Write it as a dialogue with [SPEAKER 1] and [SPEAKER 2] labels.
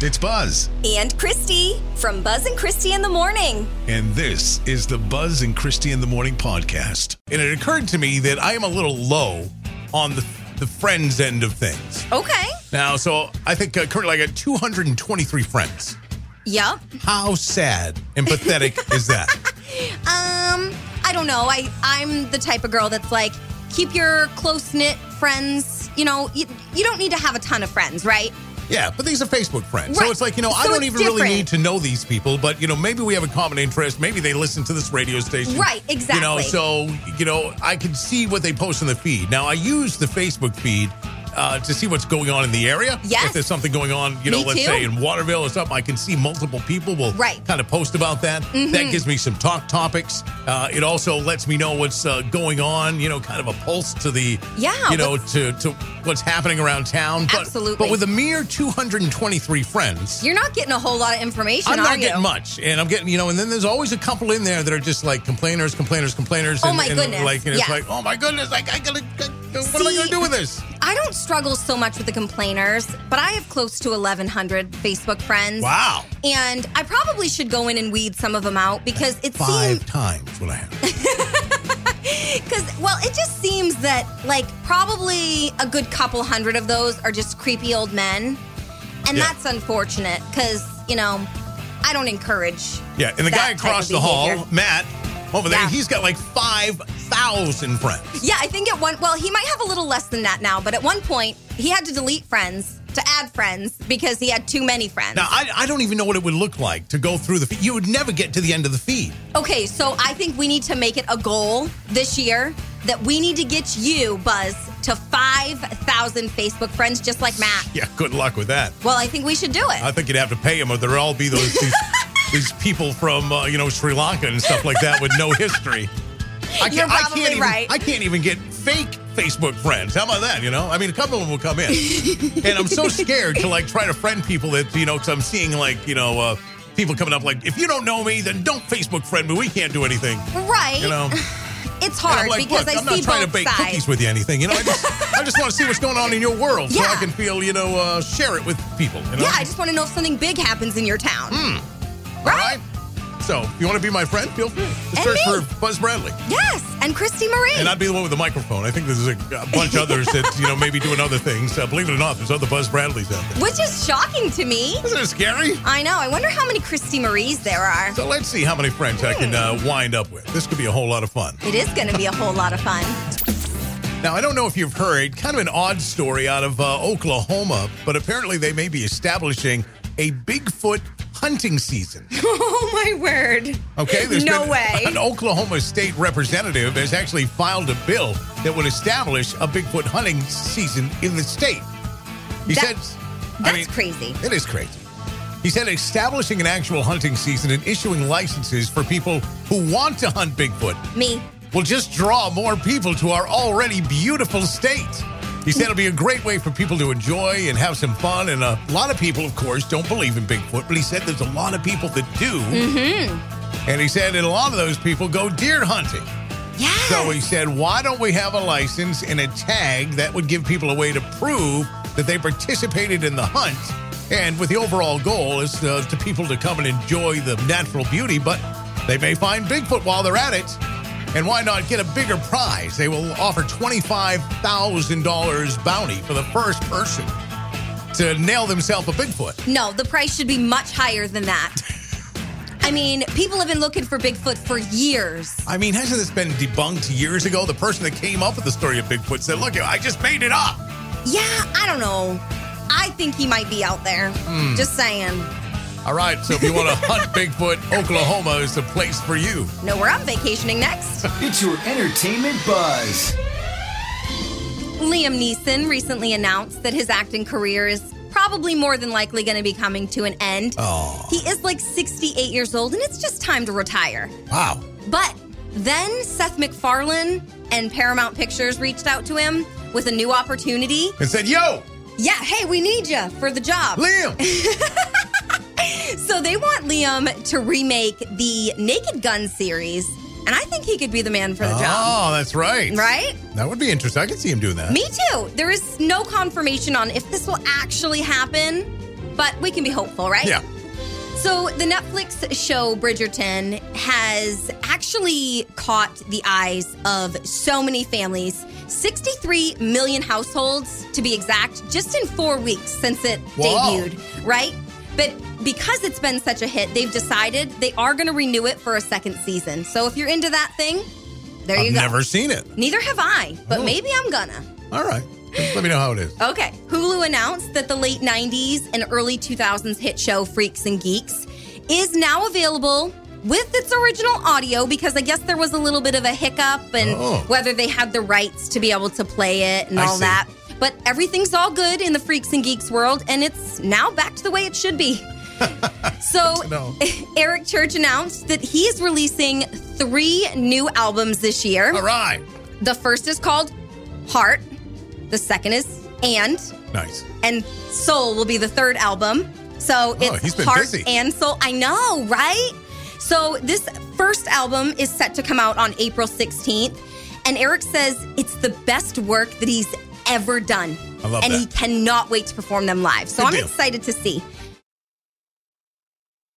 [SPEAKER 1] It's Buzz,
[SPEAKER 2] and Christy from Buzz and Christy in the Morning.
[SPEAKER 1] and this is the Buzz and Christie in the Morning podcast.
[SPEAKER 3] And it occurred to me that I am a little low on the, the friends end of things.
[SPEAKER 2] Okay.
[SPEAKER 3] Now, so I think uh, currently I got 223 friends.
[SPEAKER 2] Yep.
[SPEAKER 3] How sad and pathetic is that?
[SPEAKER 2] Um, I don't know. I I'm the type of girl that's like keep your close knit friends. You know, you, you don't need to have a ton of friends, right?
[SPEAKER 3] Yeah, but these are Facebook friends.
[SPEAKER 2] Right.
[SPEAKER 3] So it's like, you know, I
[SPEAKER 2] So
[SPEAKER 3] don't
[SPEAKER 2] it's
[SPEAKER 3] even really
[SPEAKER 2] different.
[SPEAKER 3] need to know these people, but, you know, maybe we have a common interest. Maybe they listen to this radio station.
[SPEAKER 2] Right,
[SPEAKER 3] You know,
[SPEAKER 2] exactly.
[SPEAKER 3] so, you know, I can see what they post in the feed. Now, I use the Facebook feed. Uh, to see what's going on in the area.
[SPEAKER 2] Yes.
[SPEAKER 3] If there's something going on, you know,
[SPEAKER 2] Me
[SPEAKER 3] let's
[SPEAKER 2] too.
[SPEAKER 3] say in Waterville or something, I can see multiple people will
[SPEAKER 2] Right. Mm-hmm.
[SPEAKER 3] kind of post about that. That gives me some talk topics. Uh, it also lets me know what's uh, going on, you know, kind of a pulse to the,
[SPEAKER 2] Yeah,
[SPEAKER 3] you know, to, to what's happening around town. But-
[SPEAKER 2] Absolutely.
[SPEAKER 3] But with a mere 223 friends,
[SPEAKER 2] You're not getting a whole lot of information,
[SPEAKER 3] I'm
[SPEAKER 2] are
[SPEAKER 3] not
[SPEAKER 2] you?
[SPEAKER 3] getting much. And I'm getting, you know, and then there's always a couple in there that are just like complainers, complainers, complainers.
[SPEAKER 2] Oh
[SPEAKER 3] and,
[SPEAKER 2] my
[SPEAKER 3] and
[SPEAKER 2] goodness.
[SPEAKER 3] Like, and it's
[SPEAKER 2] Yeah.
[SPEAKER 3] like, oh my goodness, like, I gotta, what am I
[SPEAKER 2] See-
[SPEAKER 3] gonna do with this?
[SPEAKER 2] I don't struggle so much with the complainers, but I have close to 1,100 Facebook friends.
[SPEAKER 3] Wow.
[SPEAKER 2] And I probably should go in and weed some of them out because it
[SPEAKER 3] Five
[SPEAKER 2] seems
[SPEAKER 3] times what I have.
[SPEAKER 2] because well, it just seems that like probably a good couple hundred of those are just creepy old men, and
[SPEAKER 3] Yeah.
[SPEAKER 2] that's unfortunate because you know I don't encourage.
[SPEAKER 3] Yeah. And the
[SPEAKER 2] that
[SPEAKER 3] guy
[SPEAKER 2] type
[SPEAKER 3] across
[SPEAKER 2] of
[SPEAKER 3] the hall,
[SPEAKER 2] behavior.
[SPEAKER 3] Matt, over there,
[SPEAKER 2] Yeah.
[SPEAKER 3] he's got like 5,000 friends.
[SPEAKER 2] Yeah, I think at one well, he might have a little less than that now, but at one point he had to delete friends to add friends because he had too many friends.
[SPEAKER 3] Now, I, I don't even know what it would look like to go through the feed. You would never get to the end of the feed.
[SPEAKER 2] Okay, so I think we need to make it a goal this year that we need to get you, Buzz, to 5,000 Facebook friends just like Matt.
[SPEAKER 3] Yeah, good luck with that.
[SPEAKER 2] Well, I think we should do
[SPEAKER 3] I
[SPEAKER 2] it.
[SPEAKER 3] think you'd have to pay him, or there'd all be those these, these people from uh, you know Sri Lanka and stuff like that with no history. I can't,
[SPEAKER 2] You're
[SPEAKER 3] I
[SPEAKER 2] probably
[SPEAKER 3] can't even,
[SPEAKER 2] right.
[SPEAKER 3] I can't even get fake Facebook friends. How about that? You know, I mean, a couple of them will come in, and I'm so scared to like try to friend people that you know because I'm seeing like you know uh, people coming up like if you don't know me, then don't Facebook friend me. We can't do anything.
[SPEAKER 2] right.
[SPEAKER 3] You know.
[SPEAKER 2] It's
[SPEAKER 3] And
[SPEAKER 2] hard
[SPEAKER 3] I'm like,
[SPEAKER 2] because
[SPEAKER 3] look,
[SPEAKER 2] I
[SPEAKER 3] am
[SPEAKER 2] see
[SPEAKER 3] not trying
[SPEAKER 2] both
[SPEAKER 3] to bake
[SPEAKER 2] sides.
[SPEAKER 3] cookies with you, anything. You know, I just, I just want to see what's going on in your world so I
[SPEAKER 2] Yeah.
[SPEAKER 3] can feel, you know, uh, share it with people. You know?
[SPEAKER 2] yeah, I just want to know if something big happens in your town.
[SPEAKER 3] All right. So, if you want to be my friend, feel free. Just
[SPEAKER 2] Hmm. And
[SPEAKER 3] search
[SPEAKER 2] me.
[SPEAKER 3] for Buzz Bradley.
[SPEAKER 2] Yes, and Christy Marie.
[SPEAKER 3] And I'd be the one with the microphone. I think there's a, a bunch of others that, you know, maybe doing other things. Uh, believe it or not, there's other Buzz Bradleys out there.
[SPEAKER 2] which is shocking to me.
[SPEAKER 3] Isn't it scary?
[SPEAKER 2] I know. I wonder how many Christy Maries there are.
[SPEAKER 3] So, let's see how many friends I can uh, wind up with. This could be a whole lot of fun.
[SPEAKER 2] It is going to be a whole lot of fun.
[SPEAKER 3] Now, I don't know if you've heard, kind of an odd story out of uh, Oklahoma, but apparently they may be establishing a Bigfoot hunting season.
[SPEAKER 2] oh, my word.
[SPEAKER 3] Okay, there's
[SPEAKER 2] No
[SPEAKER 3] been-
[SPEAKER 2] way.
[SPEAKER 3] An Oklahoma state representative has actually filed a bill that would establish a Bigfoot hunting season in the state. He
[SPEAKER 2] That-
[SPEAKER 3] said,
[SPEAKER 2] That's crazy.
[SPEAKER 3] It is crazy. He said establishing an actual hunting season and issuing licenses for people who want to hunt Bigfoot
[SPEAKER 2] Me.
[SPEAKER 3] will just draw more people to our already beautiful state. He said it'll be a great way for people to enjoy and have some fun. And a lot of people, of course, don't believe in Bigfoot, but he said there's a lot of people that do. Mm-hmm. And he said, and a lot of those people go deer hunting.
[SPEAKER 2] Yeah.
[SPEAKER 3] So he said, why don't we have a license and a tag that would give people a way to prove that they participated in the hunt? And with the overall goal is uh, to people to come and enjoy the natural beauty, but they may find Bigfoot while they're at it. And why not get a bigger prize? They will offer $25,000 bounty for the first person to nail themselves a Bigfoot.
[SPEAKER 2] No, the price should be much higher than that. I mean, people have been looking for Bigfoot for years.
[SPEAKER 3] I mean, hasn't this been debunked years ago? The person that came up with the story of Bigfoot said, look, I just made it up.
[SPEAKER 2] Yeah, I don't know. I think he might be out there. Just saying.
[SPEAKER 3] All right, so if you want to hunt Bigfoot, Oklahoma is the place for you.
[SPEAKER 2] Know where I'm vacationing next?
[SPEAKER 4] It's your entertainment buzz.
[SPEAKER 2] Liam Neeson recently announced that his acting career is probably more than likely going to be coming to an end. He is like 68 years old, and it's just time to retire.
[SPEAKER 3] Wow.
[SPEAKER 2] But then Seth MacFarlane and Paramount Pictures reached out to him with a new opportunity.
[SPEAKER 3] And said, yo,
[SPEAKER 2] Yeah, hey, we need you for the job.
[SPEAKER 3] Liam,
[SPEAKER 2] So they want Liam to remake the Naked Gun series, and I think he could be the man for the job.
[SPEAKER 3] Oh, that's right.
[SPEAKER 2] Right?
[SPEAKER 3] That would be interesting. I could see him doing that.
[SPEAKER 2] Me too. There is no confirmation on if this will actually happen, but we can be hopeful, right?
[SPEAKER 3] Yeah.
[SPEAKER 2] So the Netflix show Bridgerton has actually caught the eyes of so many families. 63 million households, to be exact, just in four weeks since it
[SPEAKER 3] Wow.
[SPEAKER 2] debuted, right? But because it's been such a hit, they've decided they are going to renew it for a second season. So if you're into that thing, there you
[SPEAKER 3] I've
[SPEAKER 2] go.
[SPEAKER 3] never seen it.
[SPEAKER 2] Neither have I, but
[SPEAKER 3] Oh.
[SPEAKER 2] maybe I'm gonna.
[SPEAKER 3] All right. Let me know how it is.
[SPEAKER 2] Okay. Hulu announced that the late 90s and early 2000s hit show Freaks and Geeks is now available with its original audio because I guess there was a little bit of a hiccup and
[SPEAKER 3] Oh.
[SPEAKER 2] whether they had the rights to be able to play it and
[SPEAKER 3] I
[SPEAKER 2] all
[SPEAKER 3] see.
[SPEAKER 2] that. But everything's all good in the Freaks and Geeks world and it's now back to the way it should be. so
[SPEAKER 3] know.
[SPEAKER 2] Eric Church announced that he is releasing three new albums this year.
[SPEAKER 3] All right.
[SPEAKER 2] The first is called Heart. The second is And.
[SPEAKER 3] Nice.
[SPEAKER 2] And Soul will be the third album. So it's
[SPEAKER 3] Oh, he's been
[SPEAKER 2] Heart
[SPEAKER 3] busy.
[SPEAKER 2] and Soul. I know, right? So this first album is set to come out on April 16th. And Eric says it's the best work that he's ever done.
[SPEAKER 3] I love
[SPEAKER 2] and
[SPEAKER 3] that.
[SPEAKER 2] he cannot wait to perform them live. So
[SPEAKER 3] Good
[SPEAKER 2] I'm
[SPEAKER 3] deal.
[SPEAKER 2] excited to see.